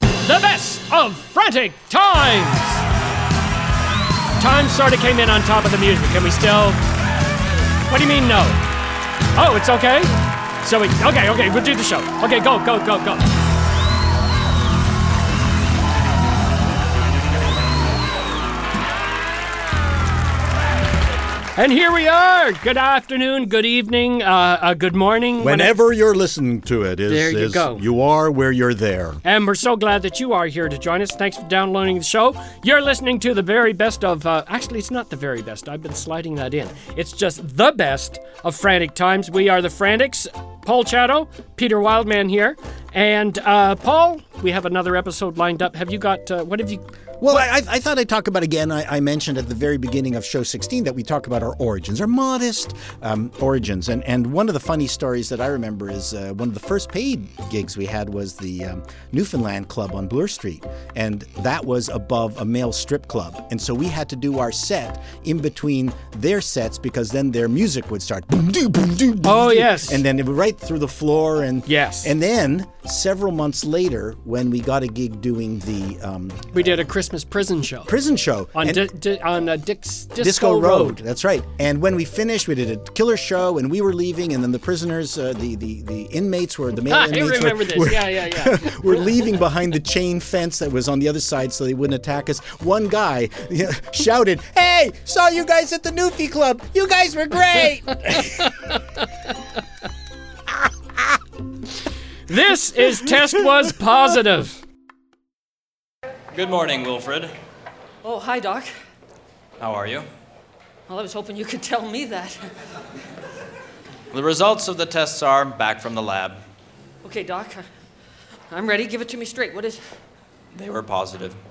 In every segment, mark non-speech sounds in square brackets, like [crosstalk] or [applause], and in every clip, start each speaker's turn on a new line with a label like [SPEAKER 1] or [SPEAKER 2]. [SPEAKER 1] the best of frantic times. Time sort of came in on top of the music. Can we still? What do you mean no? Oh, it's okay. So we okay, okay. We'll do the show. Okay, go, go, go, go. And here we are. Good afternoon. Good evening. Uh, uh, good morning. whenever-
[SPEAKER 2] Whenever you're listening to it, is,
[SPEAKER 1] There you
[SPEAKER 2] is-
[SPEAKER 1] go.
[SPEAKER 2] you are where you're there.
[SPEAKER 1] And we're so glad that you are here to join us. Thanks for downloading the show. You're listening to the very best of, uh, actually, it's not the very best. I've been sliding that in. It's just the best of Frantic Times. We are the Frantics. Paul Chatto, Peter Wildman here. And uh, Paul, we have another episode lined up. Have you got, uh, what have you,
[SPEAKER 2] Well,
[SPEAKER 3] I, I thought I'd talk about again. I, I mentioned at the very beginning of show 16 that we talk about our origins, our modest um, origins. And, and one of the funny stories that I remember is uh, one of the first paid gigs we had was the um, Newfoundland Club on Bloor Street. And that was above a male strip club. And so we had to do our set in between their sets because then their music would start. Boom, doo, boom, doo, boom,
[SPEAKER 1] Oh,
[SPEAKER 3] doo.
[SPEAKER 1] yes.
[SPEAKER 3] And then it would right through the floor. And
[SPEAKER 1] Yes.
[SPEAKER 3] And then several months later, when we got a gig doing the um,
[SPEAKER 1] we did a Christmas prison show.
[SPEAKER 3] prison show
[SPEAKER 1] on
[SPEAKER 3] and-
[SPEAKER 1] di- di- on uh, Dick's, Disco,
[SPEAKER 3] Disco
[SPEAKER 1] Road.
[SPEAKER 3] Road. That's right. And when we finished, we did a killer show, and we were leaving, and then the prisoners, uh, the, the the inmates were the male
[SPEAKER 1] Ah, [laughs] I
[SPEAKER 3] inmates
[SPEAKER 1] remember
[SPEAKER 3] were,
[SPEAKER 1] this.
[SPEAKER 3] were,
[SPEAKER 1] yeah, yeah, yeah.
[SPEAKER 3] [laughs] were leaving behind the chain fence that was on the other side, so they wouldn't attack us. One guy yeah, [laughs] shouted, "Hey, saw you guys at the Newfie Club. You guys were great."
[SPEAKER 1] this is Test Was Positive.
[SPEAKER 4] Good morning, Wilfred.
[SPEAKER 5] Oh, hi, Doc.
[SPEAKER 4] How are you?
[SPEAKER 5] Well, I was hoping you could tell me that.
[SPEAKER 4] The results of the tests are back from the lab.
[SPEAKER 5] Okay, Doc, I- I'm ready. Give it to me straight. What is.
[SPEAKER 4] They were positive.
[SPEAKER 5] [laughs]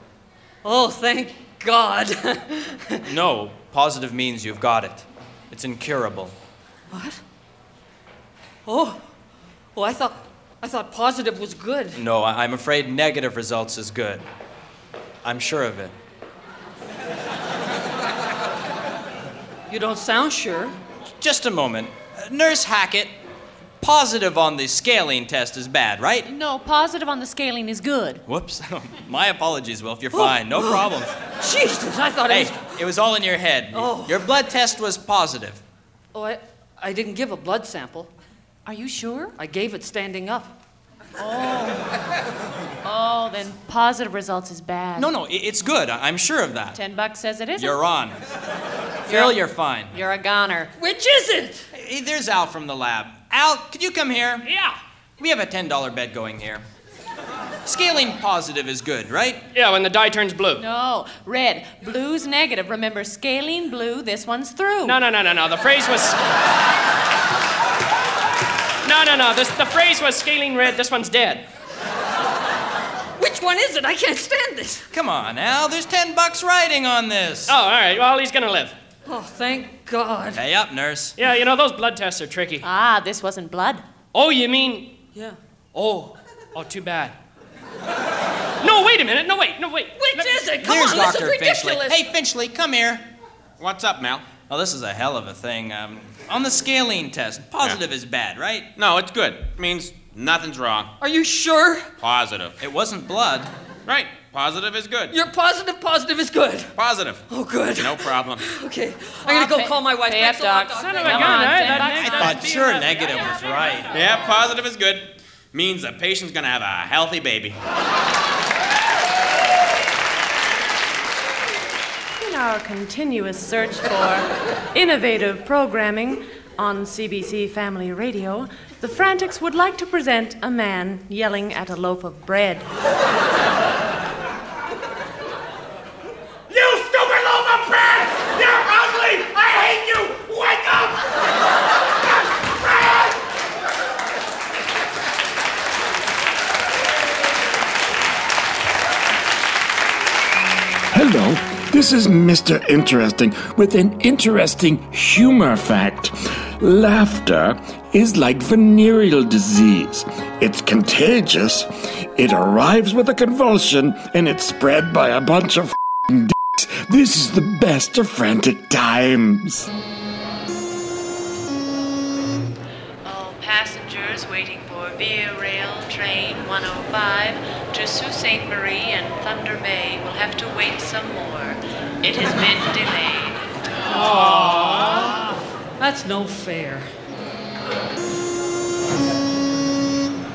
[SPEAKER 5] Oh, thank God. [laughs]
[SPEAKER 4] No, positive means you've got it. It's incurable.
[SPEAKER 5] what? Oh, oh, I thought. I thought positive was good.
[SPEAKER 4] No, I- I'm afraid negative results is good. I'm sure of it.
[SPEAKER 5] You don't sound sure.
[SPEAKER 4] Just a moment. Uh, Nurse Hackett, positive on the scaling test is bad, right?
[SPEAKER 6] No, positive on the scaling is good.
[SPEAKER 4] Whoops. [laughs] My apologies, Wilf. You're fine. No problem.
[SPEAKER 5] Jesus, I [laughs] thought
[SPEAKER 4] Hey,
[SPEAKER 5] I was.
[SPEAKER 4] it was all in your head.
[SPEAKER 5] Oh.
[SPEAKER 4] Your blood test was positive.
[SPEAKER 5] Oh, I, I didn't give a blood sample.
[SPEAKER 6] Are you sure?
[SPEAKER 5] I gave it standing up.
[SPEAKER 6] Oh, then positive results is bad.
[SPEAKER 4] No, no, i- it's good. I- I'm sure of that.
[SPEAKER 6] Ten bucks says it isn't.
[SPEAKER 4] You're on. Phil, you're fine.
[SPEAKER 6] You're a goner.
[SPEAKER 5] Which is it?
[SPEAKER 4] Hey, there's Al from the lab. Al, could you come here?
[SPEAKER 1] Yeah.
[SPEAKER 4] We have a $10 bet going here. Scaling positive is good, right?
[SPEAKER 1] Yeah, when the die turns blue.
[SPEAKER 6] No, red. Blue's negative. Remember, scaling blue, this one's through.
[SPEAKER 1] No, no, no, no, no. The phrase was. No, no, no. This, the phrase was scaling red. This one's dead.
[SPEAKER 5] Which one is it? I can't stand this.
[SPEAKER 4] Come on, Al, there's 10 bucks riding on this.
[SPEAKER 1] Oh, all right. Well, he's gonna live.
[SPEAKER 5] Oh, thank God.
[SPEAKER 4] Pay up, nurse.
[SPEAKER 1] Yeah, you know those blood tests are tricky.
[SPEAKER 6] Ah, this wasn't blood.
[SPEAKER 1] Oh, you mean?
[SPEAKER 5] Yeah.
[SPEAKER 1] Oh, oh, too bad. No, wait a minute. No, wait, no, wait.
[SPEAKER 5] Which
[SPEAKER 1] Let-
[SPEAKER 5] is it? Come
[SPEAKER 4] there's
[SPEAKER 5] on, this is
[SPEAKER 4] Dr. Finchley.
[SPEAKER 5] ridiculous.
[SPEAKER 4] Hey, Finchley, come here. What's up, Mal? Oh, this is a hell of a thing. Um, on the scaling test, positive is bad, right?
[SPEAKER 7] No, it's good. It means nothing's wrong.
[SPEAKER 5] Are you sure?
[SPEAKER 7] Positive.
[SPEAKER 4] It wasn't blood.
[SPEAKER 7] Right. Positive is good.
[SPEAKER 5] You're positive, positive is good.
[SPEAKER 7] Positive.
[SPEAKER 5] Oh, good.
[SPEAKER 7] No problem.
[SPEAKER 5] [laughs] Okay, I'm gonna go
[SPEAKER 6] Pay-
[SPEAKER 5] call my wife.
[SPEAKER 6] pay
[SPEAKER 5] Thanks
[SPEAKER 6] up,
[SPEAKER 5] a lot,
[SPEAKER 6] Doc.
[SPEAKER 5] Doc.
[SPEAKER 1] Son of a
[SPEAKER 6] Come
[SPEAKER 1] gun,
[SPEAKER 6] on,
[SPEAKER 1] eh?
[SPEAKER 6] ten
[SPEAKER 1] That
[SPEAKER 6] bucks
[SPEAKER 1] makes-
[SPEAKER 6] is
[SPEAKER 1] that-
[SPEAKER 4] But sure, negative was right.
[SPEAKER 7] Yeah, positive is good. Means the patient's gonna have a healthy baby.
[SPEAKER 8] In our continuous search for innovative programming on CBC Family Radio, the Frantics would like to present a man yelling at a loaf of bread.
[SPEAKER 9] You stupid loaf of bread! You're ugly! I hate you! Wake up! Bread!
[SPEAKER 10] Hello, this is Mr. Interesting with an interesting humor fact. Laughter is like venereal disease. It's contagious. It arrives with a convulsion and it's spread by a bunch of f***ing dicks. This is the best of frantic times.
[SPEAKER 8] All passengers waiting for Beer Rail Train 105 to Sault Ste. Marie and Thunder Bay will have to wait some more. It has
[SPEAKER 11] [laughs]
[SPEAKER 8] been delayed.
[SPEAKER 5] Aww. That's no fair.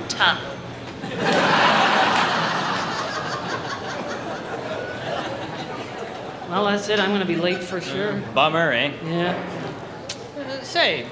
[SPEAKER 8] Tough.
[SPEAKER 5] Well, that's it. I'm going to be late for sure.
[SPEAKER 12] Bummer, eh?
[SPEAKER 5] Yeah.
[SPEAKER 4] Uh, say,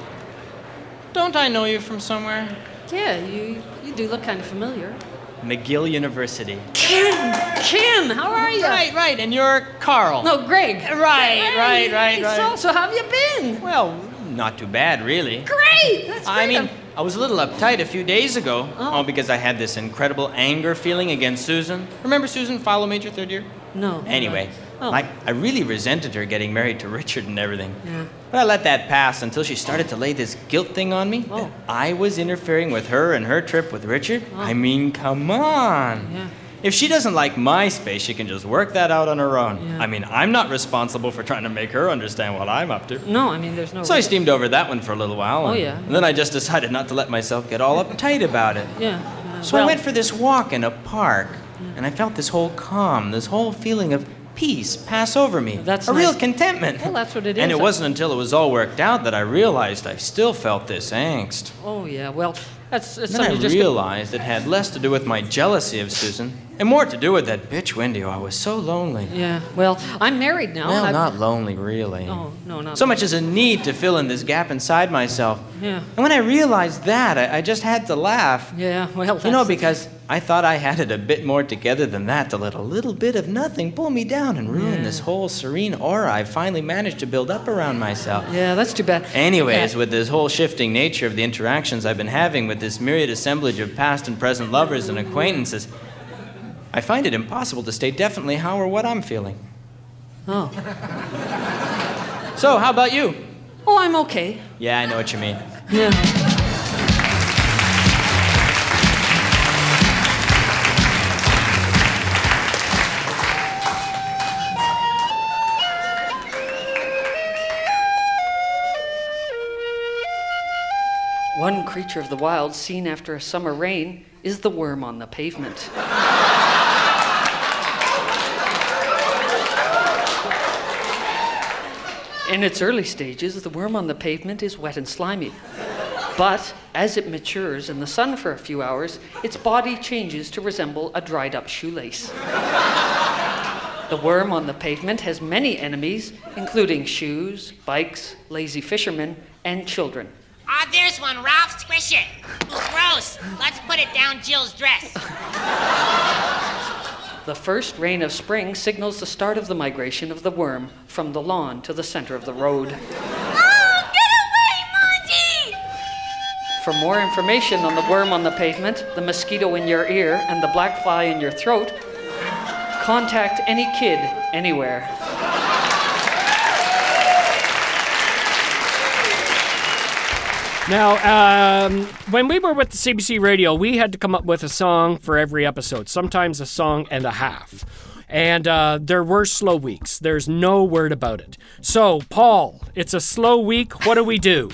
[SPEAKER 4] don't I know you from somewhere?
[SPEAKER 5] Yeah, you you do look kind of familiar.
[SPEAKER 12] McGill University.
[SPEAKER 5] Ken! Ken! How are you?
[SPEAKER 4] Right, right, and you're Carl.
[SPEAKER 5] No, Greg.
[SPEAKER 4] Right, right, right, right.
[SPEAKER 5] So, so how have you been?
[SPEAKER 4] Well, not too bad, really.
[SPEAKER 5] Great! That's great.
[SPEAKER 4] I mean, I was a little uptight a few days ago.
[SPEAKER 5] Oh.
[SPEAKER 4] Oh. because I had this incredible anger feeling against Susan.
[SPEAKER 13] Oh,
[SPEAKER 4] Remember Susan, follow major third year?
[SPEAKER 5] No.
[SPEAKER 4] Anyway,
[SPEAKER 5] Oh.
[SPEAKER 4] I, I really resented her getting married to Richard and everything.
[SPEAKER 5] Yeah.
[SPEAKER 4] But I let that pass until she started to lay this guilt thing on me.
[SPEAKER 5] Oh.
[SPEAKER 4] that I was interfering with her and her trip with Richard. I mean, come on.
[SPEAKER 5] Yeah.
[SPEAKER 4] If she doesn't like my space, she can just work that out on her own.
[SPEAKER 5] Yeah.
[SPEAKER 4] I mean, I'm not responsible for trying to make her understand what I'm up to.
[SPEAKER 5] No, I mean, there's no.
[SPEAKER 4] So I
[SPEAKER 5] reason.
[SPEAKER 4] steamed over that one for a little while.
[SPEAKER 5] Oh,
[SPEAKER 4] and-
[SPEAKER 5] yeah.
[SPEAKER 4] And then I just decided not to let myself get all uptight about it.
[SPEAKER 5] Yeah. yeah.
[SPEAKER 4] So I went for this walk in a park, and I felt this whole calm, this whole feeling of peace pass over me.
[SPEAKER 5] That's
[SPEAKER 4] a
[SPEAKER 5] nice.
[SPEAKER 4] real contentment.
[SPEAKER 5] Well, that's what it is.
[SPEAKER 4] And it wasn't until it was all worked out that I realized I still felt this angst.
[SPEAKER 5] Oh yeah. Well, that's, that's
[SPEAKER 4] And then I
[SPEAKER 5] something you just.
[SPEAKER 4] realized it had less to do with my jealousy of Susan and more to do with that bitch Wendy. Oh, I was so lonely.
[SPEAKER 5] Yeah. Well, I'm married now.
[SPEAKER 4] Well,
[SPEAKER 5] and I've-
[SPEAKER 4] not lonely, really.
[SPEAKER 5] No, Oh, no, not.
[SPEAKER 4] So much as a need to fill in this gap inside myself.
[SPEAKER 5] Yeah.
[SPEAKER 4] And when I realized that, I, I just had to laugh.
[SPEAKER 5] Yeah. Well, that's,
[SPEAKER 4] You know, because I thought I had it a bit more together than that to let a little bit of nothing pull me down and ruin this whole serene aura I finally managed to build up around myself.
[SPEAKER 5] Yeah, that's too bad.
[SPEAKER 4] Anyways, with this whole shifting nature of the interactions I've been having with this myriad assemblage of past and present lovers and acquaintances, I find it impossible to state definitely how or what I'm feeling.
[SPEAKER 5] Oh.
[SPEAKER 4] So, how about you?
[SPEAKER 5] Oh, I'm okay.
[SPEAKER 4] Yeah, I know what you mean.
[SPEAKER 5] Yeah. One creature of the wild seen after a summer rain is the worm on the pavement. In its early stages, the worm on the pavement is wet and slimy. But as it matures in the sun for a few hours, its body changes to resemble a dried up shoelace. The worm on the pavement has many enemies, including shoes, bikes, lazy fishermen, and children.
[SPEAKER 14] Ah, there's one, Ralph. Squish it. Ooh, gross. Let's put it down Jill's dress.
[SPEAKER 5] The first rain of spring signals the start of the migration of the worm from the lawn to the center of the road.
[SPEAKER 9] Oh, get away, Monty!
[SPEAKER 5] For more information on the worm on the pavement, the mosquito in your ear, and the black fly in your throat, contact any kid anywhere.
[SPEAKER 1] Now, um, when we were with the CBC Radio, we had to come up with a song for every episode, sometimes a song and a half. And uh, there were slow weeks. There's no word about it. So, Paul, it's a slow week. What do
[SPEAKER 2] [laughs]
[SPEAKER 1] we do?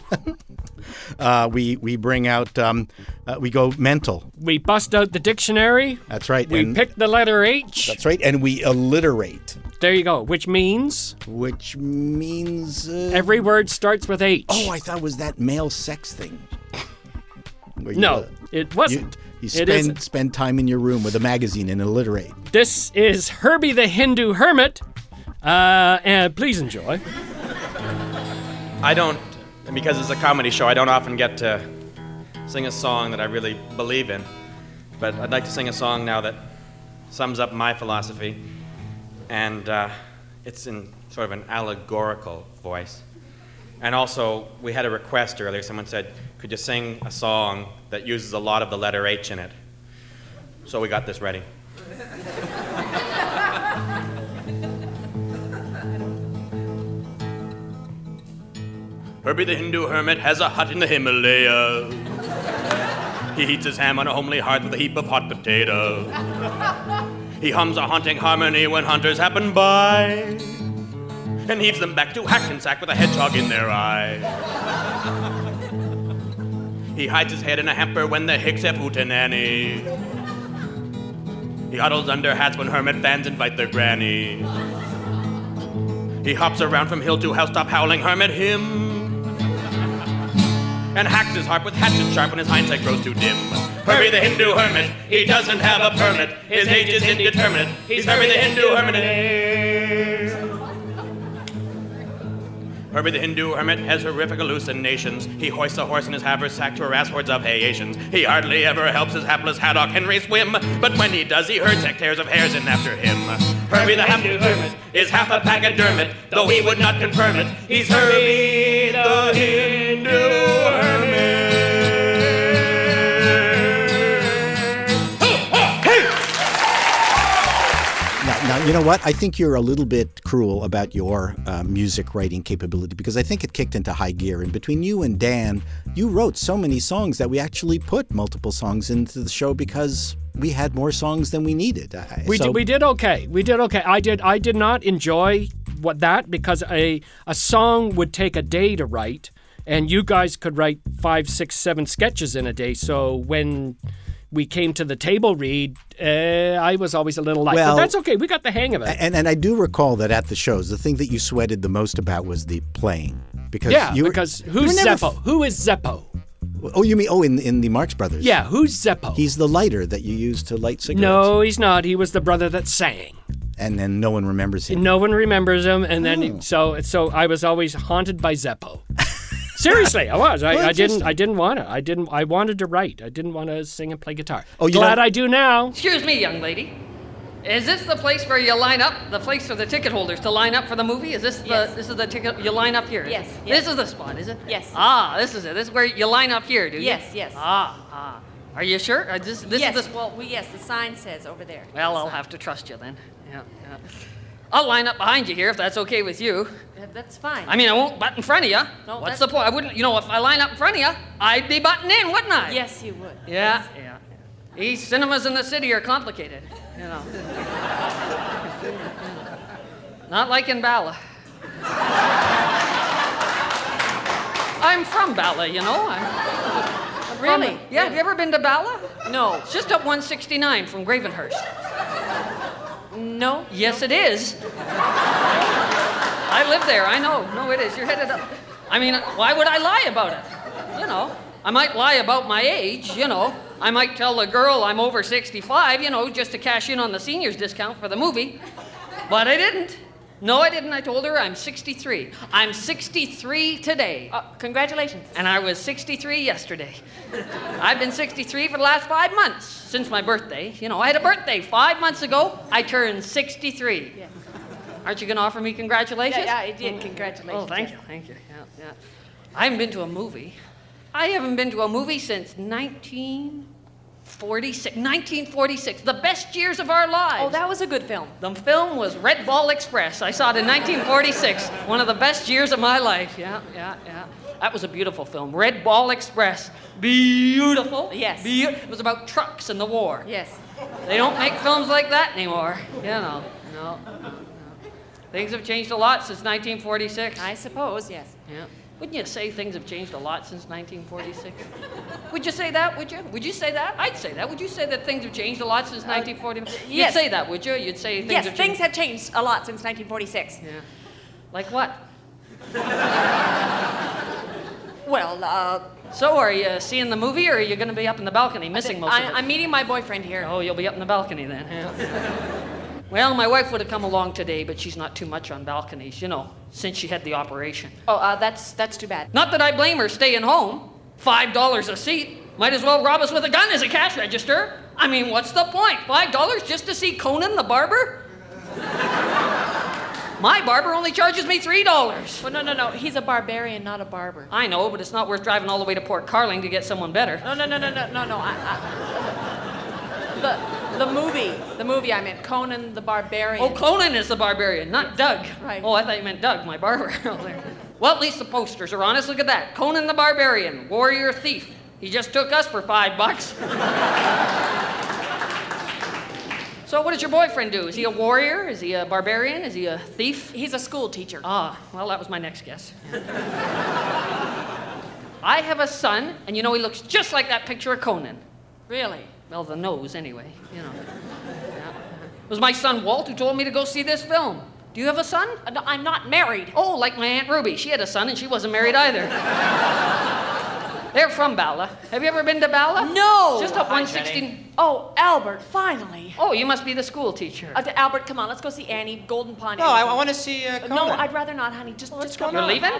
[SPEAKER 2] Uh, we we bring out um, uh, we go mental.
[SPEAKER 1] We bust out the dictionary.
[SPEAKER 2] That's right.
[SPEAKER 1] We
[SPEAKER 2] and-
[SPEAKER 1] pick the letter H.
[SPEAKER 2] That's right, and we alliterate.
[SPEAKER 1] There you go. Which means?
[SPEAKER 2] Which means uh,
[SPEAKER 1] every word starts with H.
[SPEAKER 2] Oh, I thought it was that male sex thing. Where you,
[SPEAKER 1] No,
[SPEAKER 2] uh,
[SPEAKER 1] it wasn't.
[SPEAKER 2] You
[SPEAKER 1] It isn't.
[SPEAKER 2] spend spend time in your room with a magazine and alliterate.
[SPEAKER 1] This is Herbie the Hindu Hermit. Uh, and please enjoy.
[SPEAKER 7] I don't, because it's a comedy show, I don't often get to sing a song that I really believe in. But I'd like to sing a song now that sums up my philosophy. And uh, it's in sort of an allegorical voice. And also, we had a request earlier. Someone said, could you sing a song that uses a lot of the letter H in it? So we got this ready. Herbie the Hindu hermit has a hut in the Himalaya. He heats his ham on a homely hearth with a heap of hot potato.
[SPEAKER 11] Uh,
[SPEAKER 7] He hums a haunting harmony when hunters happen by and heaves them back to Hackensack with a hedgehog in their eye. [laughs] He hides his head in a hamper when the hicks have hootenanny. He huddles under hats when hermit fans invite their granny. He hops around from hill to housetop howling hermit hymn. And hacks his harp with hatchet sharp when his hindsight grows too dim. Herbie the Hindu hermit, he doesn't have a permit. His age is indeterminate. He's Herbie the Hindu hermit. Herbie the Hindu hermit has horrific hallucinations. He hoists a horse in his haversack to harass hordes of Haitians. He hardly ever helps his hapless haddock Henry swim, but when he does, he herds hectares of hares in after him. Herbie the Hindu hermit is half a pachydermit, though he would not confirm it. He's Herbie the Hindu hermit.
[SPEAKER 3] Now, now, you know what? I think you're a little bit cruel about your uh, music writing capability because I think it kicked into high gear. And between you and Dan, you wrote so many songs that we actually put multiple songs into the show because we had more songs than we needed. I-
[SPEAKER 1] We
[SPEAKER 3] so-
[SPEAKER 1] did, we did okay. We did okay. I did I did not enjoy what that because a a song would take a day to write, and you guys could write five, six, seven sketches in a day. So when we came to the table read, uh, I was always a little light.
[SPEAKER 3] Well- eh,
[SPEAKER 1] but that's okay. We got the hang of it.
[SPEAKER 3] And and I do recall that at the shows, the thing that you sweated the most about was the playing because
[SPEAKER 1] yeah,
[SPEAKER 3] you were,
[SPEAKER 1] because
[SPEAKER 3] you
[SPEAKER 1] who's
[SPEAKER 3] were never
[SPEAKER 1] Zeppo? Who is Zeppo?
[SPEAKER 3] f- oh, you mean oh in in the Marx Brothers?
[SPEAKER 1] Yeah, who's Zeppo?
[SPEAKER 3] He's the lighter that you use to light cigarettes.
[SPEAKER 1] No, he's not. He was the brother that sang.
[SPEAKER 3] and then no one remembers him.
[SPEAKER 1] No one remembers him, and then
[SPEAKER 2] Oh.
[SPEAKER 1] so so I was always haunted by Zeppo. [laughs] Seriously, I was. I,
[SPEAKER 3] Well,
[SPEAKER 1] I didn't.
[SPEAKER 3] interesting.
[SPEAKER 1] I didn't want to. I didn't. I wanted to write. I didn't want to sing and play guitar.
[SPEAKER 3] Oh, you
[SPEAKER 1] glad
[SPEAKER 3] don't-
[SPEAKER 1] I do now.
[SPEAKER 5] Excuse me, young lady. Is this the place where you line up? The place for the ticket holders to line up for the movie? Is this the this is the ticket you line up here?
[SPEAKER 11] Yes, yes.
[SPEAKER 5] This is the spot, is it?
[SPEAKER 11] Yes.
[SPEAKER 5] Ah, this is it. This is where you line up here, do you?
[SPEAKER 11] Yes, yes.
[SPEAKER 5] Ah, ah. Are you sure? Uh, this this
[SPEAKER 11] yes,
[SPEAKER 5] is the spot.
[SPEAKER 11] well, we, yes, the sign says over there.
[SPEAKER 5] Well, I'll have to trust you then. Yeah, yeah. I'll line up behind you here if that's okay with you.
[SPEAKER 11] Uh, That's fine.
[SPEAKER 5] I mean, I won't butt in front of you.
[SPEAKER 11] No,
[SPEAKER 5] What's
[SPEAKER 11] that's-
[SPEAKER 5] the point? I wouldn't. You know, if I line up in front of you, I'd be butting in, wouldn't I?
[SPEAKER 11] Yes, you would.
[SPEAKER 5] Yeah, yeah. These cinemas in the city are complicated, you know. Not like in Bala. I'm from Bala, you know. I'm I'm from-
[SPEAKER 11] [laughs] Really?
[SPEAKER 5] yeah, have you ever been to Bala?
[SPEAKER 11] No.
[SPEAKER 5] It's just up 169 from Gravenhurst.
[SPEAKER 11] No.
[SPEAKER 5] Yes, it is. I live there, I know. No, it is. You're headed up. I mean, why would I lie about it? You know, I might lie about my age, you know. I might tell the girl I'm over 65, you know, just to cash in on the seniors discount for the movie. But I didn't. No, I didn't. I told her I'm 63. I'm 63 today.
[SPEAKER 11] Uh, congratulations.
[SPEAKER 5] And I was 63 yesterday. I've been 63 for the last five months since my birthday. You know, I had a birthday five months ago. I turned 63.
[SPEAKER 11] Yes.
[SPEAKER 5] Aren't you going to offer me congratulations?
[SPEAKER 11] Yeah, yeah, I did. Congratulations.
[SPEAKER 5] Oh, thank you, thank you. Yeah, yeah. I haven't been to a movie. I haven't been to a movie since 1946. 1946, the best years of our lives.
[SPEAKER 11] Oh, that was a good film.
[SPEAKER 5] The film was Red Ball Express. I saw it in 1946, one of the best years of my life. Yeah, yeah, yeah. That was a beautiful film. Red Ball Express. Beautiful.
[SPEAKER 11] Yes.
[SPEAKER 5] Beau- it was about trucks and the war.
[SPEAKER 11] Yes.
[SPEAKER 5] They don't make films like that anymore. You know, no, no. Things have changed a lot since 1946.
[SPEAKER 11] I suppose, yes.
[SPEAKER 5] Yeah. Wouldn't you say things have changed a lot
[SPEAKER 11] [laughs]
[SPEAKER 5] since 1946? would you say that? Would you? Would you say that? I'd say that. Would you say that things have changed a lot since 1946?
[SPEAKER 11] Uh, yes.
[SPEAKER 5] You'd say that, would you? You'd say things
[SPEAKER 11] yes,
[SPEAKER 5] have
[SPEAKER 11] things
[SPEAKER 5] changed.
[SPEAKER 11] have changed a lot since 1946.
[SPEAKER 5] yeah. Like what?
[SPEAKER 11] Well, uh,
[SPEAKER 5] So, are you seeing the movie, or are you going to be up in the balcony, missing most
[SPEAKER 11] I,
[SPEAKER 5] of it?
[SPEAKER 11] I'm meeting my boyfriend here.
[SPEAKER 5] Oh, you'll be up in the balcony then. yeah. [laughs] well, my wife would have come along today, but she's not too much on balconies, you know, since she had the operation.
[SPEAKER 11] Oh, uh, that's that's too bad.
[SPEAKER 5] Not that I blame her staying home. Five dollars a seat. Might as well rob us with a gun as a cash register. I mean, what's the point? Five dollars just to see Conan the barber? [laughs] My barber only charges me three dollars.
[SPEAKER 11] Well, no, no, no. He's a barbarian, not a barber.
[SPEAKER 5] I know, but it's not worth driving all the way to Port Carling to get someone
[SPEAKER 8] Oh,
[SPEAKER 5] better.
[SPEAKER 11] No, no, no, no, no, no, no. I, I, the the movie, the movie. I meant Conan the Barbarian.
[SPEAKER 5] Oh, Conan is the barbarian, not Doug.
[SPEAKER 11] Right.
[SPEAKER 5] Oh, I thought you meant Doug, my barber. [laughs] out there. well, at least the posters are honest. Look at that. Conan the barbarian, warrior thief. He just took us for five bucks. [laughs] so, what does your boyfriend do? Is he a warrior? Is he a barbarian? Is he a thief?
[SPEAKER 11] He's a school teacher.
[SPEAKER 5] Ah, well, that was my next guess. [laughs] I have a son, and you know he looks just like that picture of Conan.
[SPEAKER 11] Really?
[SPEAKER 5] Well, the nose, anyway, you know. Yeah. It was my son Walt who told me to go see this film. Do you have a son?
[SPEAKER 11] Uh, no, I'm not married.
[SPEAKER 5] Oh, like my Aunt Ruby. She had a son and she wasn't married
[SPEAKER 11] [laughs]
[SPEAKER 5] either. They're from Bala. Have you ever been to Bala?
[SPEAKER 11] No.
[SPEAKER 5] Just up 116.
[SPEAKER 11] Oh, Albert, finally.
[SPEAKER 5] Oh, you must be the school teacher.
[SPEAKER 11] Uh, to Albert, come on, let's go see Annie, Golden Pond.
[SPEAKER 4] No, Oh, I- I wanna see, uh,
[SPEAKER 11] No,
[SPEAKER 4] Conan.
[SPEAKER 11] I'd rather not, honey. Just, just go.
[SPEAKER 5] You're leaving?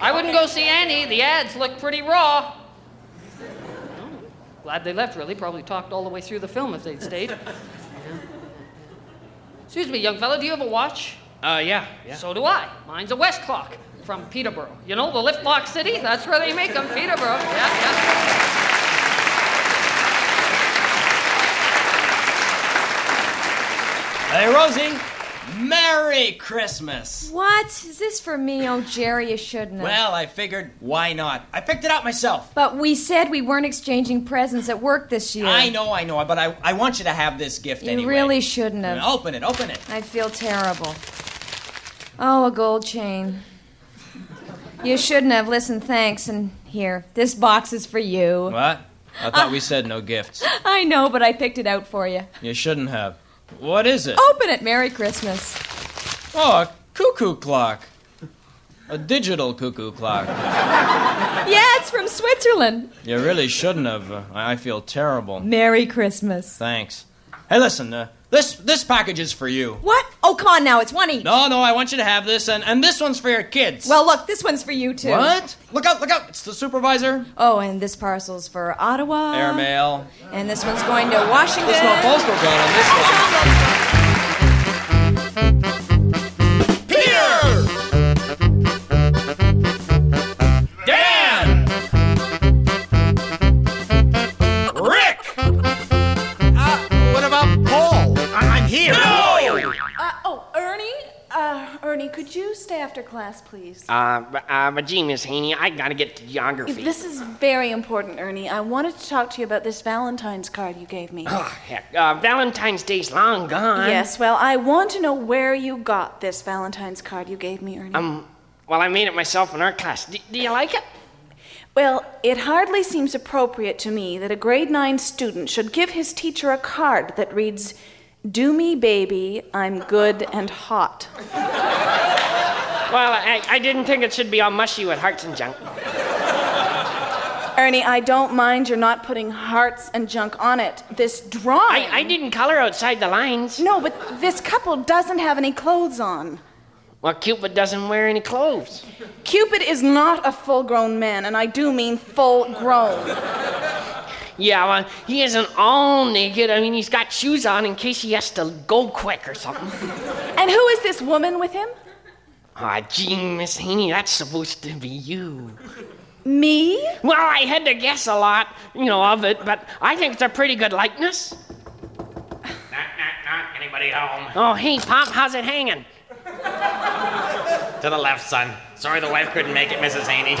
[SPEAKER 5] I wouldn't go see Annie. The ads look pretty raw. Oh, Glad they left, really. Probably talked all the way through the film if they'd
[SPEAKER 11] [laughs]
[SPEAKER 5] stayed. Excuse me, young fella, do you have a watch?
[SPEAKER 4] Uh, yeah.
[SPEAKER 5] So do I. Mine's a West clock from Peterborough. You know, the lift lock city? That's where they make them, Peterborough. Yeah, yeah.
[SPEAKER 4] Hey, Rosie. Merry Christmas.
[SPEAKER 15] What? Is this for me? Oh, Jerry, you shouldn't have.
[SPEAKER 4] Well, I figured, why not? I picked it out myself.
[SPEAKER 15] But we said we weren't exchanging presents at work this year.
[SPEAKER 4] I know, I know, but I, I want you to have this gift
[SPEAKER 15] You
[SPEAKER 4] anyway.
[SPEAKER 15] really shouldn't have.
[SPEAKER 4] Open it, open it.
[SPEAKER 15] I feel terrible. Oh, a gold chain. You shouldn't have. Listen, thanks, and here. This box is for you.
[SPEAKER 4] What? I thought we said no gifts.
[SPEAKER 15] I know, but I picked it out for you.
[SPEAKER 4] You shouldn't have. What is it?
[SPEAKER 15] Open it. Merry Christmas.
[SPEAKER 4] Oh, a cuckoo clock. A digital cuckoo clock.
[SPEAKER 15] Yeah, it's from Switzerland.
[SPEAKER 4] You really shouldn't have. Uh, I I feel terrible.
[SPEAKER 15] Merry Christmas.
[SPEAKER 4] Thanks. Hey, listen, uh, this this package is for you.
[SPEAKER 15] What? Oh, come on now. It's one each.
[SPEAKER 4] No, no, I want you to have this, and, and this one's for your kids.
[SPEAKER 15] Well, look, this one's for you, too.
[SPEAKER 4] What? Look out, look out. It's the supervisor.
[SPEAKER 15] Oh, and this parcel's for Ottawa.
[SPEAKER 4] Airmail.
[SPEAKER 15] And this one's going to Washington.
[SPEAKER 4] There's no postal code on this one.
[SPEAKER 9] Dan! Rick! Uh, what about Paul? I- am here. No!
[SPEAKER 11] Uh, oh, Ernie? Uh, Ernie, could you stay after class, please?
[SPEAKER 6] Uh, uh, my gee, Miss Haney, I gotta get to geography.
[SPEAKER 11] This is very important, Ernie. I wanted to talk to you about this Valentine's card you gave me.
[SPEAKER 6] Heck, uh, Valentine's Day's long gone.
[SPEAKER 11] Yes, well, I want to know where you got this Valentine's card you gave me, Ernie.
[SPEAKER 6] Um, well, I made it myself in art class. D- do you like it?
[SPEAKER 11] Well, it hardly seems appropriate to me that a grade 9 student should give his teacher a card that reads, Do me, baby, I'm good and hot.
[SPEAKER 6] Well, I, I didn't think it should be all mushy with hearts and junk.
[SPEAKER 11] Ernie, I don't mind you're not putting hearts and junk on it. This drawing.
[SPEAKER 6] I, I didn't color outside the lines.
[SPEAKER 11] No, but this couple doesn't have any clothes on.
[SPEAKER 6] Well, Cupid doesn't wear any clothes.
[SPEAKER 11] Cupid is not a full grown man, and I do mean full grown.
[SPEAKER 6] Yeah, well, he isn't all naked. I mean, he's got shoes on in case he has to go quick or something. [laughs] Oh,
[SPEAKER 11] And who is this woman with him?
[SPEAKER 6] Aw, gee, Miss Haney, that's supposed to be you.
[SPEAKER 11] Me?
[SPEAKER 6] Well, I had to guess a lot, you know, of it, but I think it's a pretty good likeness.
[SPEAKER 9] Anybody home?
[SPEAKER 6] Oh, hey, Pop, how's it hanging?
[SPEAKER 9] To the left, son. Sorry the wife couldn't make it, Mrs. Haney.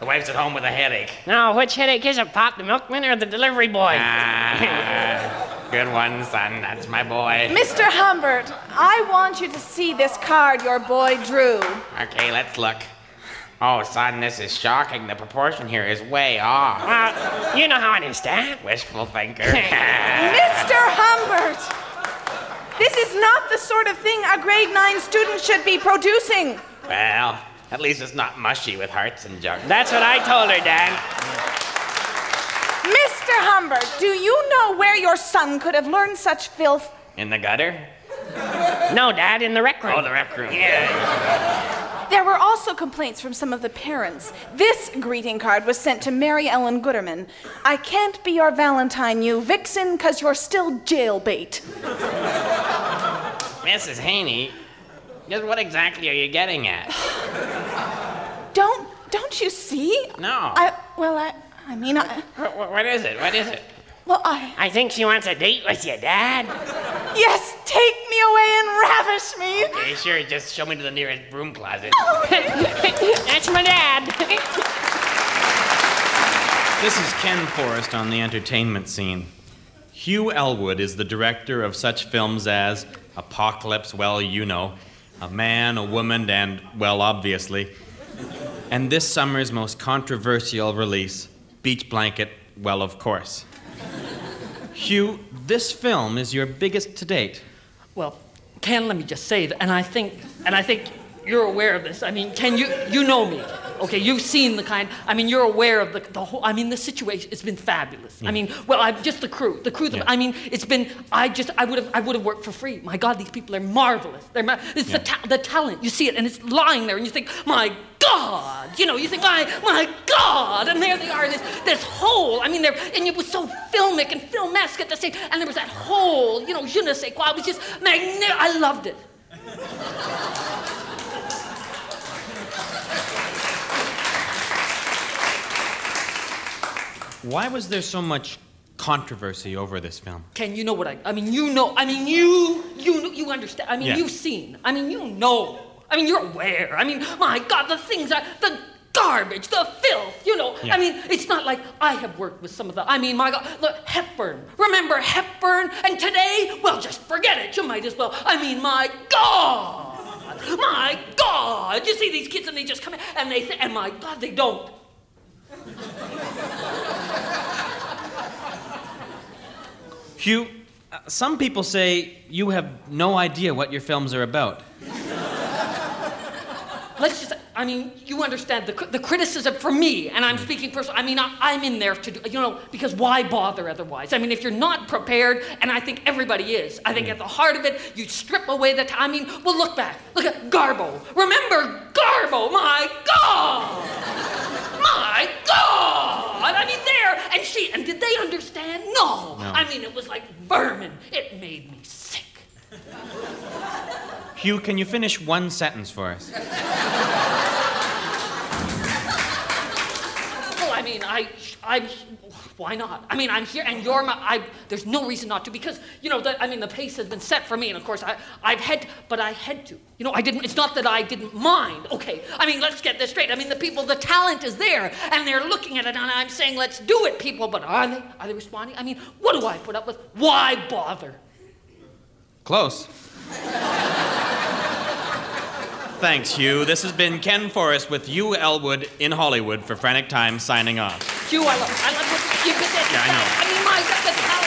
[SPEAKER 9] The wife's at home with a headache.
[SPEAKER 6] Now, which headache is it, Pop, the milkman or the delivery boy? [laughs]
[SPEAKER 9] Ah, good one, son. That's my
[SPEAKER 6] Eh.
[SPEAKER 9] boy.
[SPEAKER 11] Mr. Humbert, I want you to see this card your boy
[SPEAKER 6] [laughs]
[SPEAKER 11] drew.
[SPEAKER 9] Okay, let's look. Oh, son, this is shocking. The proportion here is way off.
[SPEAKER 6] Well, you know how it is, Dad.
[SPEAKER 9] Wishful thinker.
[SPEAKER 11] [laughs] Mr. Humbert! This is not the sort of thing a grade 9 student should be producing.
[SPEAKER 9] Well, at least it's not mushy with hearts and junk.
[SPEAKER 6] That's what I told her, Dad.
[SPEAKER 11] Mr. Humbert, do you know where your son could have learned such filth?
[SPEAKER 9] In the gutter?
[SPEAKER 6] No, Dad, in the rec room.
[SPEAKER 9] Oh, the rec room. Yeah.
[SPEAKER 11] There were also complaints from some of the parents. This greeting card was sent to Mary Ellen Gooderman. I can't be your Valentine, you vixen, because you're still jailbait.
[SPEAKER 9] Mrs. Haney, just what exactly are you getting at?
[SPEAKER 11] Don't, don't you see?
[SPEAKER 9] No.
[SPEAKER 11] I, well, I, I mean, I,
[SPEAKER 9] Wh- wh- what is it? What is it?
[SPEAKER 11] well, I,
[SPEAKER 6] I think she wants a date with you, Dad.
[SPEAKER 11] yes, take me away and ravish me.
[SPEAKER 9] Okay, sure, just show me to the nearest broom closet.
[SPEAKER 6] [laughs] That's my dad.
[SPEAKER 7] This is Ken Forrest on the entertainment scene. Hugh Elwood is the director of such films as Apocalypse, well, you know, A Man, a Woman, and, well, obviously, and this summer's most controversial release, Beach Blanket, well, of course. Hugh, this film is your biggest to date.
[SPEAKER 5] Well, Ken, let me just say that, and I think, and I think you're aware of this. I mean, Ken, you you know me, okay? You've seen the kind. I mean, you're aware of the the whole. I mean, the situation. It's been fabulous. I
[SPEAKER 6] Yeah.
[SPEAKER 5] mean, well, I just the crew, the crew. the-
[SPEAKER 6] Yeah.
[SPEAKER 5] I mean, it's been. I just I would have I would have worked for free. My God, these people are marvelous. They're mar- it's the ta- the talent. You see it, and it's lying there, and you think, my God, you know, you think, my my God, and there they are. This this hole. I mean, they're and it was so filmic and filmesque at the same. And there was that whole, you know, je ne sais quoi. It was just magnificent. I loved it.
[SPEAKER 7] Why was there so much controversy over this film?
[SPEAKER 5] Ken, you know what I, I mean, you know, I mean, you, you, know- you understand. I mean,
[SPEAKER 7] Yeah.
[SPEAKER 5] you've seen. I mean, you know. I mean, you're aware. I mean, my God, the things are, the garbage, the filth, you know.
[SPEAKER 6] Yeah.
[SPEAKER 5] I mean, it's not like I have worked with some of the, I mean, my God, look, Hepburn. Remember Hepburn? And today, well, just forget it. You might as well. I mean, my God. My God. You see these kids and they just come in and they, th- and my God, they don't.
[SPEAKER 7] Hugh, uh, some people say you have no idea what your films are about.
[SPEAKER 5] Let's just, I mean, you understand the, cri- the criticism for me, and I'm speaking personally, I mean, I, I'm in there to do, you know, because why bother otherwise? I mean, if you're not prepared, and I think everybody is, I think at the heart of it, you strip away the, t- I mean, well, look back. Look at Garbo. Remember Garbo, my God! My God! I mean, there, and she, and did they understand? No.
[SPEAKER 7] No.
[SPEAKER 5] I mean, it was like vermin. It made me sick.
[SPEAKER 7] Hugh, can you finish one sentence for us?
[SPEAKER 5] Well, I mean, I, I, why not? I mean, I'm here, and you're my. I, there's no reason not to because you know the, I mean, the pace has been set for me, and of course I, I've had, but I had to. You know, I didn't. It's not that I didn't mind. Okay, I mean, let's get this straight. I mean, the people, the talent is there, and they're looking at it, and I'm saying, let's do it, people. But are they? Are they responding? I mean, what do I put up with? Why bother?
[SPEAKER 7] Close. Thanks, Hugh. This has been Ken Forrest with Hugh Elwood in Hollywood for Frantic Time signing off.
[SPEAKER 5] Hugh, I love, I love what you did.
[SPEAKER 7] Yeah, I know.
[SPEAKER 5] I mean, my God, the talent.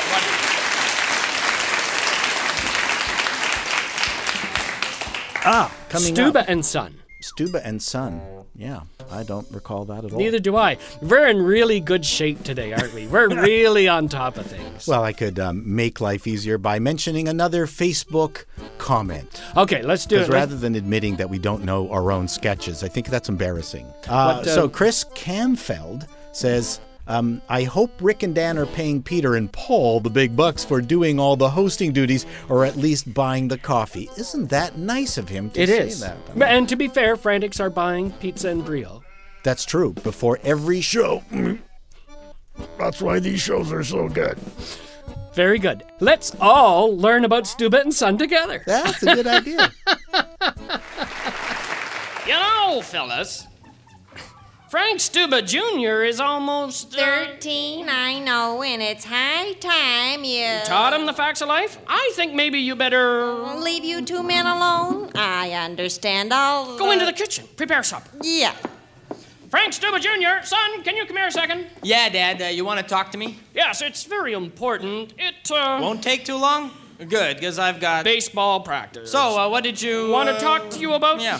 [SPEAKER 2] Ah, coming
[SPEAKER 1] Stuba
[SPEAKER 2] up.
[SPEAKER 1] and Son.
[SPEAKER 2] Stuba and Son. Yeah, I don't recall that at all.
[SPEAKER 1] Neither do I. We're in really good shape today, aren't
[SPEAKER 2] [laughs]
[SPEAKER 1] we? We're really on top of things.
[SPEAKER 2] Well, I could um, make life easier by mentioning another Facebook comment.
[SPEAKER 1] Okay, Uh, let's do it.
[SPEAKER 2] Because rather than admitting that we don't know our own sketches, I think that's embarrassing. Uh,
[SPEAKER 1] What, uh,
[SPEAKER 2] so Chris Camfeld says, um, I hope Rick and Dan are paying Peter and Paul the big bucks for doing all the hosting duties, or at least buying the coffee. Isn't that nice of him to
[SPEAKER 1] It
[SPEAKER 2] say
[SPEAKER 1] is.
[SPEAKER 2] that?
[SPEAKER 1] And to be fair, Frantics are buying pizza and brio.
[SPEAKER 2] That's true. Before every show.
[SPEAKER 10] That's why these shows are so good.
[SPEAKER 1] Very good. Let's all learn about Stuba and Son together.
[SPEAKER 2] That's a good
[SPEAKER 1] [laughs]
[SPEAKER 2] idea.
[SPEAKER 6] You know, fellas, Frank Stuba Jr. is almost. Uh,
[SPEAKER 14] 13, I know, and it's high time you.
[SPEAKER 6] taught him the facts of life? I think maybe you better.
[SPEAKER 14] Leave you two men alone? I understand all.
[SPEAKER 6] Go into the kitchen, prepare supper.
[SPEAKER 14] Yeah.
[SPEAKER 6] Frank Stuba Jr., son, can you come here a second?
[SPEAKER 12] Yeah, Dad, uh, you want to talk to me?
[SPEAKER 6] Yes, it's very important. It uh,
[SPEAKER 12] Won't take too long? Good, because I've got.
[SPEAKER 6] Baseball practice.
[SPEAKER 12] So, uh, what did you.
[SPEAKER 6] want
[SPEAKER 12] uh,
[SPEAKER 6] to talk to you about?
[SPEAKER 12] Yeah.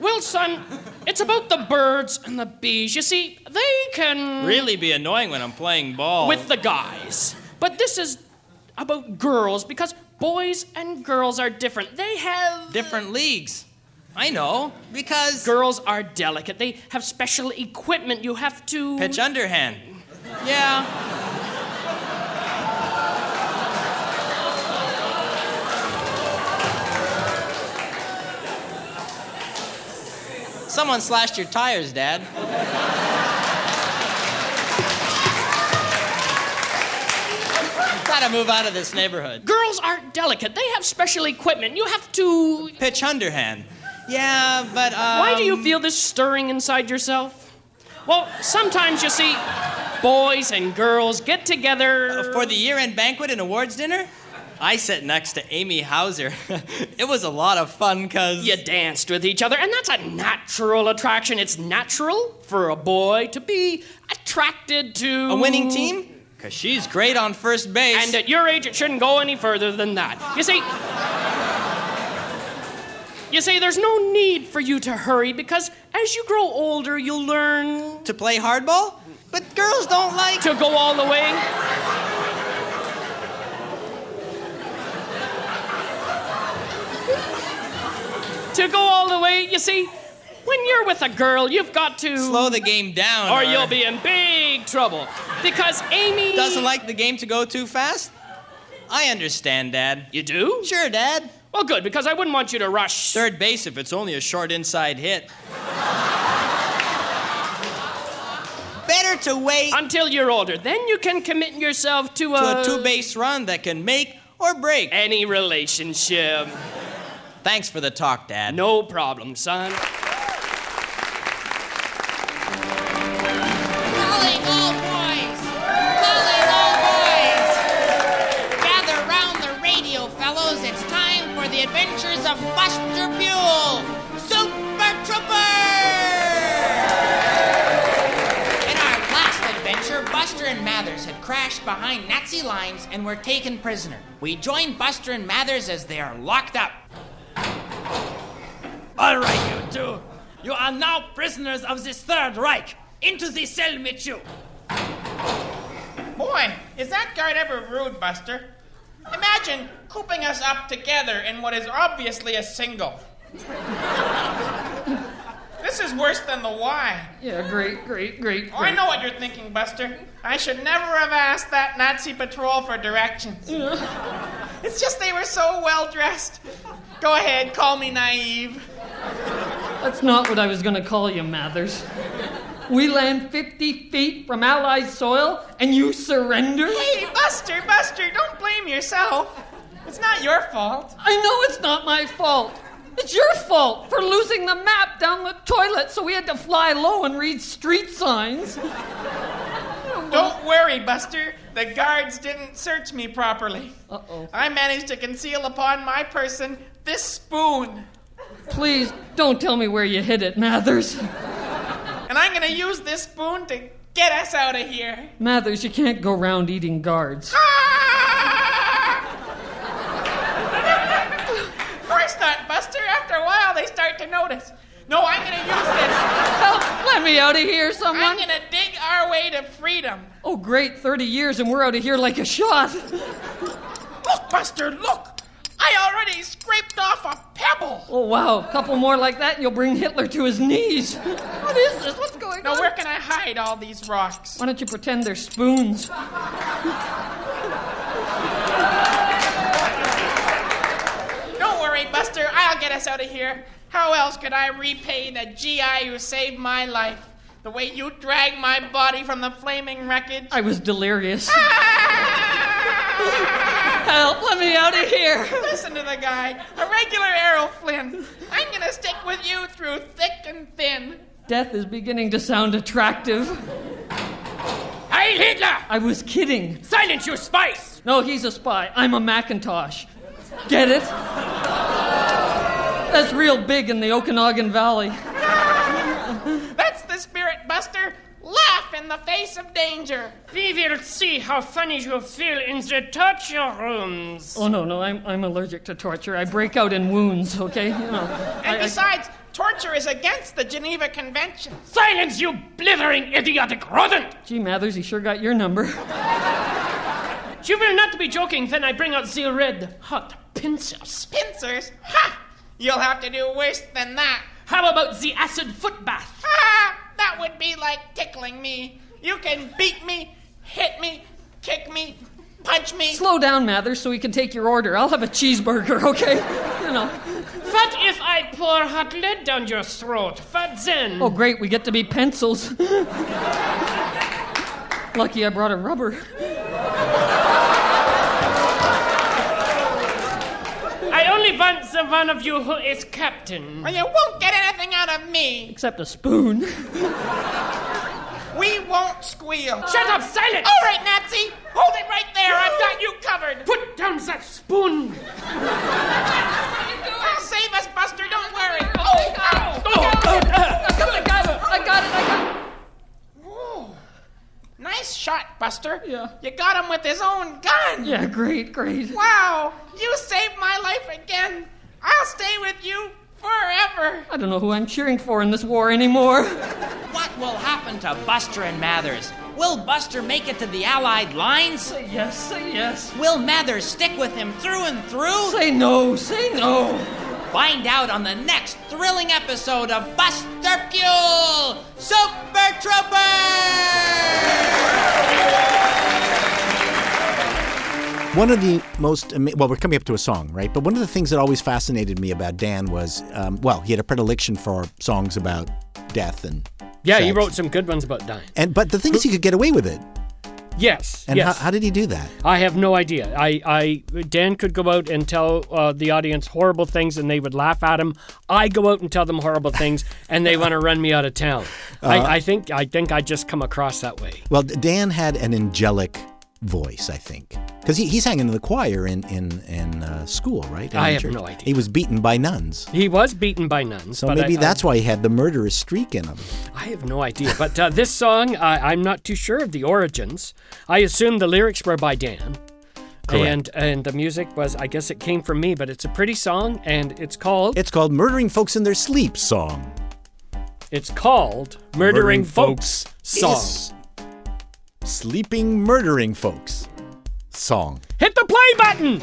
[SPEAKER 6] Well, son, it's about the birds and the bees. You see, they can
[SPEAKER 12] Really be annoying when I'm playing ball.
[SPEAKER 6] with the guys. But this is about girls because boys and girls are different. They have
[SPEAKER 12] different leagues. I know because
[SPEAKER 6] girls are delicate. They have special equipment. You have to
[SPEAKER 12] Pitch underhand. Yeah. Someone slashed your tires, Dad. Gotta move out of this neighborhood.
[SPEAKER 6] Girls are delicate. They have special equipment. You have to.
[SPEAKER 12] Pitch underhand. Yeah, but. Um...
[SPEAKER 6] Why do you feel this stirring inside yourself? Well, sometimes you see, boys and girls get together
[SPEAKER 12] For the year end banquet and awards dinner?
[SPEAKER 4] I sat next to Amy Hauser. [laughs] it was a lot of fun because.
[SPEAKER 6] You danced with each other, and that's a natural attraction. It's natural for a boy to be attracted to.
[SPEAKER 4] A winning team? Because she's great on first base.
[SPEAKER 6] And at your age, it shouldn't go any further than that. You see. You see, there's no need for you to hurry because as you grow older, you'll learn.
[SPEAKER 4] To play hardball? But girls don't like.
[SPEAKER 6] To go all the way. to go all the way. You see, when you're with a girl, you've got to
[SPEAKER 4] slow the game down,
[SPEAKER 6] or, or, you'll be in big trouble. Because Amy
[SPEAKER 4] doesn't like the game to go too fast. I understand, Dad.
[SPEAKER 6] You do?
[SPEAKER 4] Sure, Dad.
[SPEAKER 6] Well, good, because I wouldn't want you to rush
[SPEAKER 4] third base if it's only a short inside hit. Better to wait
[SPEAKER 6] until you're older. Then you can commit yourself to a,
[SPEAKER 4] to a two base run that can make or break
[SPEAKER 6] any relationship.
[SPEAKER 4] Thanks for the talk, Dad.
[SPEAKER 6] No problem, son.
[SPEAKER 14] Calling all boys! Calling all boys! Gather round the radio, fellows. It's time for the adventures of Buster Buell, Super Trooper! In our last adventure, Buster and Mathers had crashed behind Nazi lines and were taken prisoner. We join Buster and Mathers as they are locked up.
[SPEAKER 16] All right, you two. You are now prisoners of this Third Reich. Into the cell with you.
[SPEAKER 13] Boy, is that guard ever rude, Buster. Imagine cooping us up together in what is obviously a single. this is worse than the Y.
[SPEAKER 5] Yeah, great, great, great, great.
[SPEAKER 13] [laughs] Oh, I know what you're thinking, Buster. I should never have asked that Nazi patrol for directions. Yeah. It's just they were so well dressed. Go ahead, call me naive.
[SPEAKER 5] That's not what I was going to call you, Mathers. We land 50 feet from Allied soil and you surrender?
[SPEAKER 13] Hey, Buster, Buster, don't blame yourself. It's not your fault.
[SPEAKER 5] I know it's not my fault. It's your fault for losing the map down the toilet so we had to fly low and read street signs.
[SPEAKER 13] Don't worry, Buster. The guards didn't search me properly.
[SPEAKER 5] Uh oh.
[SPEAKER 13] I managed to conceal upon my person this spoon.
[SPEAKER 5] Please don't tell me where you hid it, Mathers.
[SPEAKER 13] And I'm going to use this spoon to get us out of here. Ah!
[SPEAKER 5] Mathers, you can't go round eating guards.
[SPEAKER 13] of course not, Buster. After a while, they start to notice. No, I'm going to use this.
[SPEAKER 5] Help! Let me out of here, someone.
[SPEAKER 13] I'm going to dig our way to freedom.
[SPEAKER 5] Oh, great. 30 years and we're out of here like a shot.
[SPEAKER 13] look, Buster, look. I already scraped off a pebble.
[SPEAKER 5] Oh, wow. A couple more like that and you'll bring Hitler to his knees. [laughs] What is this? What's going
[SPEAKER 13] now,
[SPEAKER 5] on?
[SPEAKER 13] Now, where can I hide all these rocks?
[SPEAKER 5] Why don't you pretend they're spoons?
[SPEAKER 13] Don't worry, Buster. I'll get us out of here. How else could I repay the GI who saved my life? The way you dragged my body from the flaming wreckage?
[SPEAKER 5] I was delirious. [laughs] Help, let me out of here.
[SPEAKER 13] Listen to the guy, a regular Errol Flynn. I'm gonna stick with you through thick and thin.
[SPEAKER 5] Death is beginning to sound attractive.
[SPEAKER 16] Heil Hitler!
[SPEAKER 5] I was kidding.
[SPEAKER 16] Silence, you spice!
[SPEAKER 5] No, he's a spy. I'm a Macintosh. Get it? That's real big in the Okanagan Valley.
[SPEAKER 13] That's the spirit, Buster. Laugh in the face of danger.
[SPEAKER 6] We will see how funny you feel in the torture rooms.
[SPEAKER 5] Oh, no, no, I'm, I'm allergic to torture. I break out in wounds, okay? You know,
[SPEAKER 13] and
[SPEAKER 5] I,
[SPEAKER 13] besides, I... torture is against the Geneva Convention.
[SPEAKER 16] Silence, you blithering, idiotic rodent!
[SPEAKER 5] Gee, Mathers, he sure got your number.
[SPEAKER 6] [laughs] you will not be joking when I bring out the red hot pincers.
[SPEAKER 13] Pincers? Ha! You'll have to do worse than that.
[SPEAKER 6] How about the acid foot bath?
[SPEAKER 13] Ah, that would be like tickling me. You can beat me, hit me, kick me, punch me.
[SPEAKER 5] Slow down, Mathers, so we can take your order. I'll have a cheeseburger, [laughs] okay? you know.
[SPEAKER 6] What if I pour hot lead down your throat? What then?
[SPEAKER 5] Oh, great, we get to be pencils. [laughs] Lucky I brought a rubber.
[SPEAKER 6] want the one of you who is captain.
[SPEAKER 13] Well, you won't get anything out of me.
[SPEAKER 5] Except a spoon.
[SPEAKER 13] We won't squeal.
[SPEAKER 16] Shut up, silence!
[SPEAKER 13] All right, Nancy. Hold it right there. I've got you covered.
[SPEAKER 16] Put down that spoon.
[SPEAKER 13] I'll save us, Buster. Don't worry.
[SPEAKER 16] Oh, ow. Oh,
[SPEAKER 13] I got it.
[SPEAKER 5] I got it. I got
[SPEAKER 13] it. Ooh. Nice shot, Buster.
[SPEAKER 16] Yeah.
[SPEAKER 13] You got him with his own gun.
[SPEAKER 16] Yeah, great, great.
[SPEAKER 13] Wow. You saved my life again. I'll stay with you forever.
[SPEAKER 5] I don't know who I'm cheering for in this war anymore. [laughs]
[SPEAKER 12] What will happen to Buster and Mathers? Will Buster make it to the Allied lines?
[SPEAKER 5] Say yes, say yes.
[SPEAKER 12] Will Mathers stick with him through and through?
[SPEAKER 5] Say no, say no.
[SPEAKER 12] Find out on the next thrilling episode of Buster Fuel Super Troopers!
[SPEAKER 3] One of the most ama- well, we're coming up to a song, right? But one of the things that always fascinated me about Dan was, um, well, he had a predilection for songs about death and
[SPEAKER 1] Yeah,
[SPEAKER 3] sex.
[SPEAKER 1] he wrote some good ones about dying.
[SPEAKER 3] and but the things he could get away with it.
[SPEAKER 1] Yes.
[SPEAKER 3] And
[SPEAKER 1] yes.
[SPEAKER 3] how, how did he do that?
[SPEAKER 1] I have no idea. I, I Dan could go out and tell uh, the audience horrible things, and they would laugh at him. I go out and tell them horrible things, and they want to run me out of town.
[SPEAKER 3] Uh,
[SPEAKER 1] I, I think I think I just come across that way.
[SPEAKER 3] Well, D- Dan had an angelic voice, I think, because he, he sang in the choir in in in uh, school, right? In
[SPEAKER 1] I
[SPEAKER 3] the
[SPEAKER 1] have
[SPEAKER 3] church.
[SPEAKER 1] no idea.
[SPEAKER 3] He was beaten by nuns,
[SPEAKER 1] He was beaten by nuns.
[SPEAKER 3] so
[SPEAKER 1] but
[SPEAKER 3] maybe
[SPEAKER 1] I,
[SPEAKER 3] that's why he had the murderous streak in him.
[SPEAKER 1] I have no idea. But uh, this song, I, I'm not too sure of the origins. I assume the lyrics were by Dan.
[SPEAKER 3] Correct.
[SPEAKER 1] And and the music was, I guess it came from me, but it's a pretty song, and it's called
[SPEAKER 3] It's called "Murdering Folks in Their Sleep" song.
[SPEAKER 1] it's called Murdering, Folks, song.
[SPEAKER 3] is Sleeping murdering folks song.
[SPEAKER 1] Hit the play button.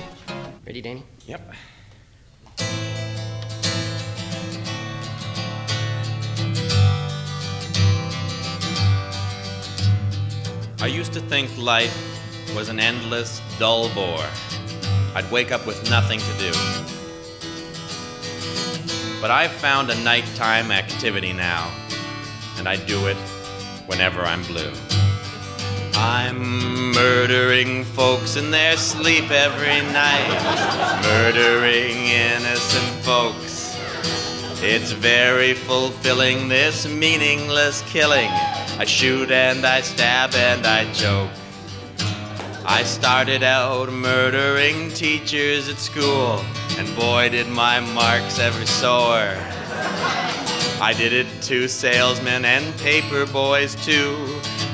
[SPEAKER 6] Ready, Danny?
[SPEAKER 7] Yep. I used to think life was an endless, dull bore. I'd wake up with nothing to do. But I've found a nighttime activity now, and I do it whenever I'm blue. I'm murdering folks in their sleep every night, murdering innocent folks. It's very fulfilling, this meaningless killing. I shoot and I stab and I choke. I started out murdering teachers at school, and boy, did my marks ever soar. I did it to salesmen and paper boys too,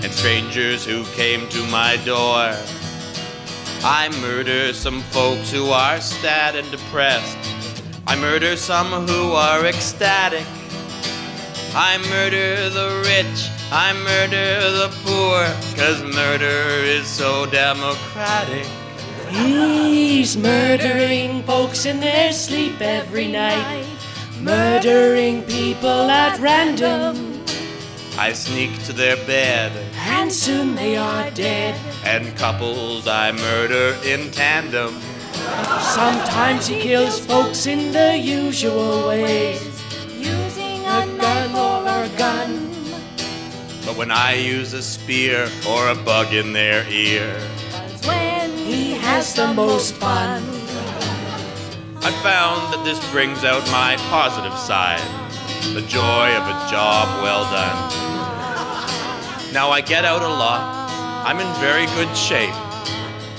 [SPEAKER 7] and strangers who came to my door. I murder some folks who are sad and depressed. I murder some who are ecstatic. I murder the rich, I murder the poor, cause murder is so democratic.
[SPEAKER 6] He's murdering folks in their sleep every night, murdering people at random,
[SPEAKER 7] I sneak to their bed,
[SPEAKER 6] and soon they are dead.
[SPEAKER 7] and couples I murder in tandem.
[SPEAKER 6] Sometimes he kills folks in the usual ways, using a gun or a gun.
[SPEAKER 7] But when I use a spear or a bug in their ear,
[SPEAKER 6] When he has the most fun,
[SPEAKER 7] I found that this brings out my positive side, the joy of a job well done. Now I get out a lot, I'm in very good shape,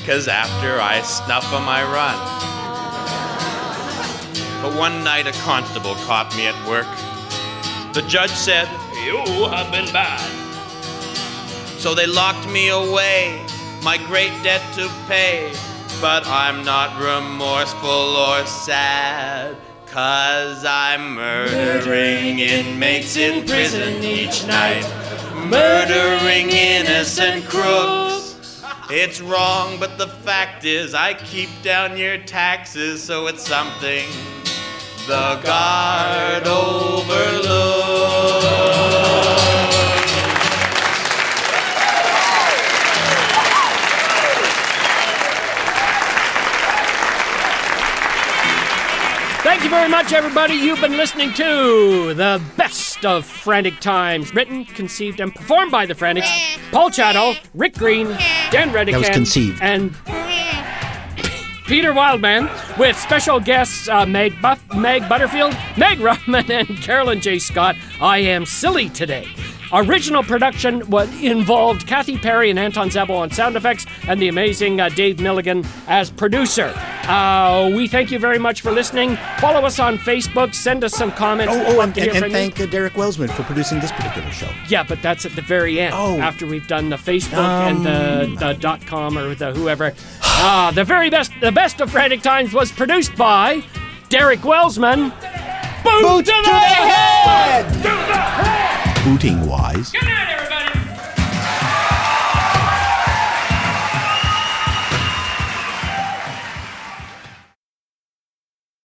[SPEAKER 7] cause after I snuff 'em I run. But one night a constable caught me at work. The judge said, You have been bad. So they locked me away, my great debt to pay. But I'm not remorseful or sad, cause I'm murdering inmates in prison each night, murdering innocent crooks. It's wrong, but the fact is, I keep down your taxes, so it's something the guard overlooks.
[SPEAKER 1] Thank you very much, everybody. You've been listening to the best of Frantic Times, written, conceived, and performed by the Frantics. Paul Chatto, Rick Green, Dan Redican,
[SPEAKER 3] That was conceived.
[SPEAKER 1] and Peter Wildman, with special guests uh, Meg, [laughs] Buff- Meg Butterfield, Meg Ruffman, and Carolyn J. Scott. I am silly today. Original production wa- involved Kathy Perry and Anton Zabel on sound effects and the amazing uh, Dave Milligan as producer. Uh, we thank you very much for listening. Follow us on Facebook. Send us some comments.
[SPEAKER 2] Oh, oh
[SPEAKER 1] Love
[SPEAKER 2] and,
[SPEAKER 1] to hear
[SPEAKER 2] and,
[SPEAKER 1] from
[SPEAKER 2] and
[SPEAKER 1] you.
[SPEAKER 2] thank uh, Derek Wellsman for producing this particular show.
[SPEAKER 1] Yeah, but that's at the very end.
[SPEAKER 2] Oh.
[SPEAKER 1] After we've done the Facebook
[SPEAKER 2] Um.
[SPEAKER 1] and the, the dot com or the whoever. [sighs] Ah, the very best, the best of Frantic Times was produced by Derek Wellsman. Boot, to, the head!
[SPEAKER 2] Booting wise.
[SPEAKER 14] Good night,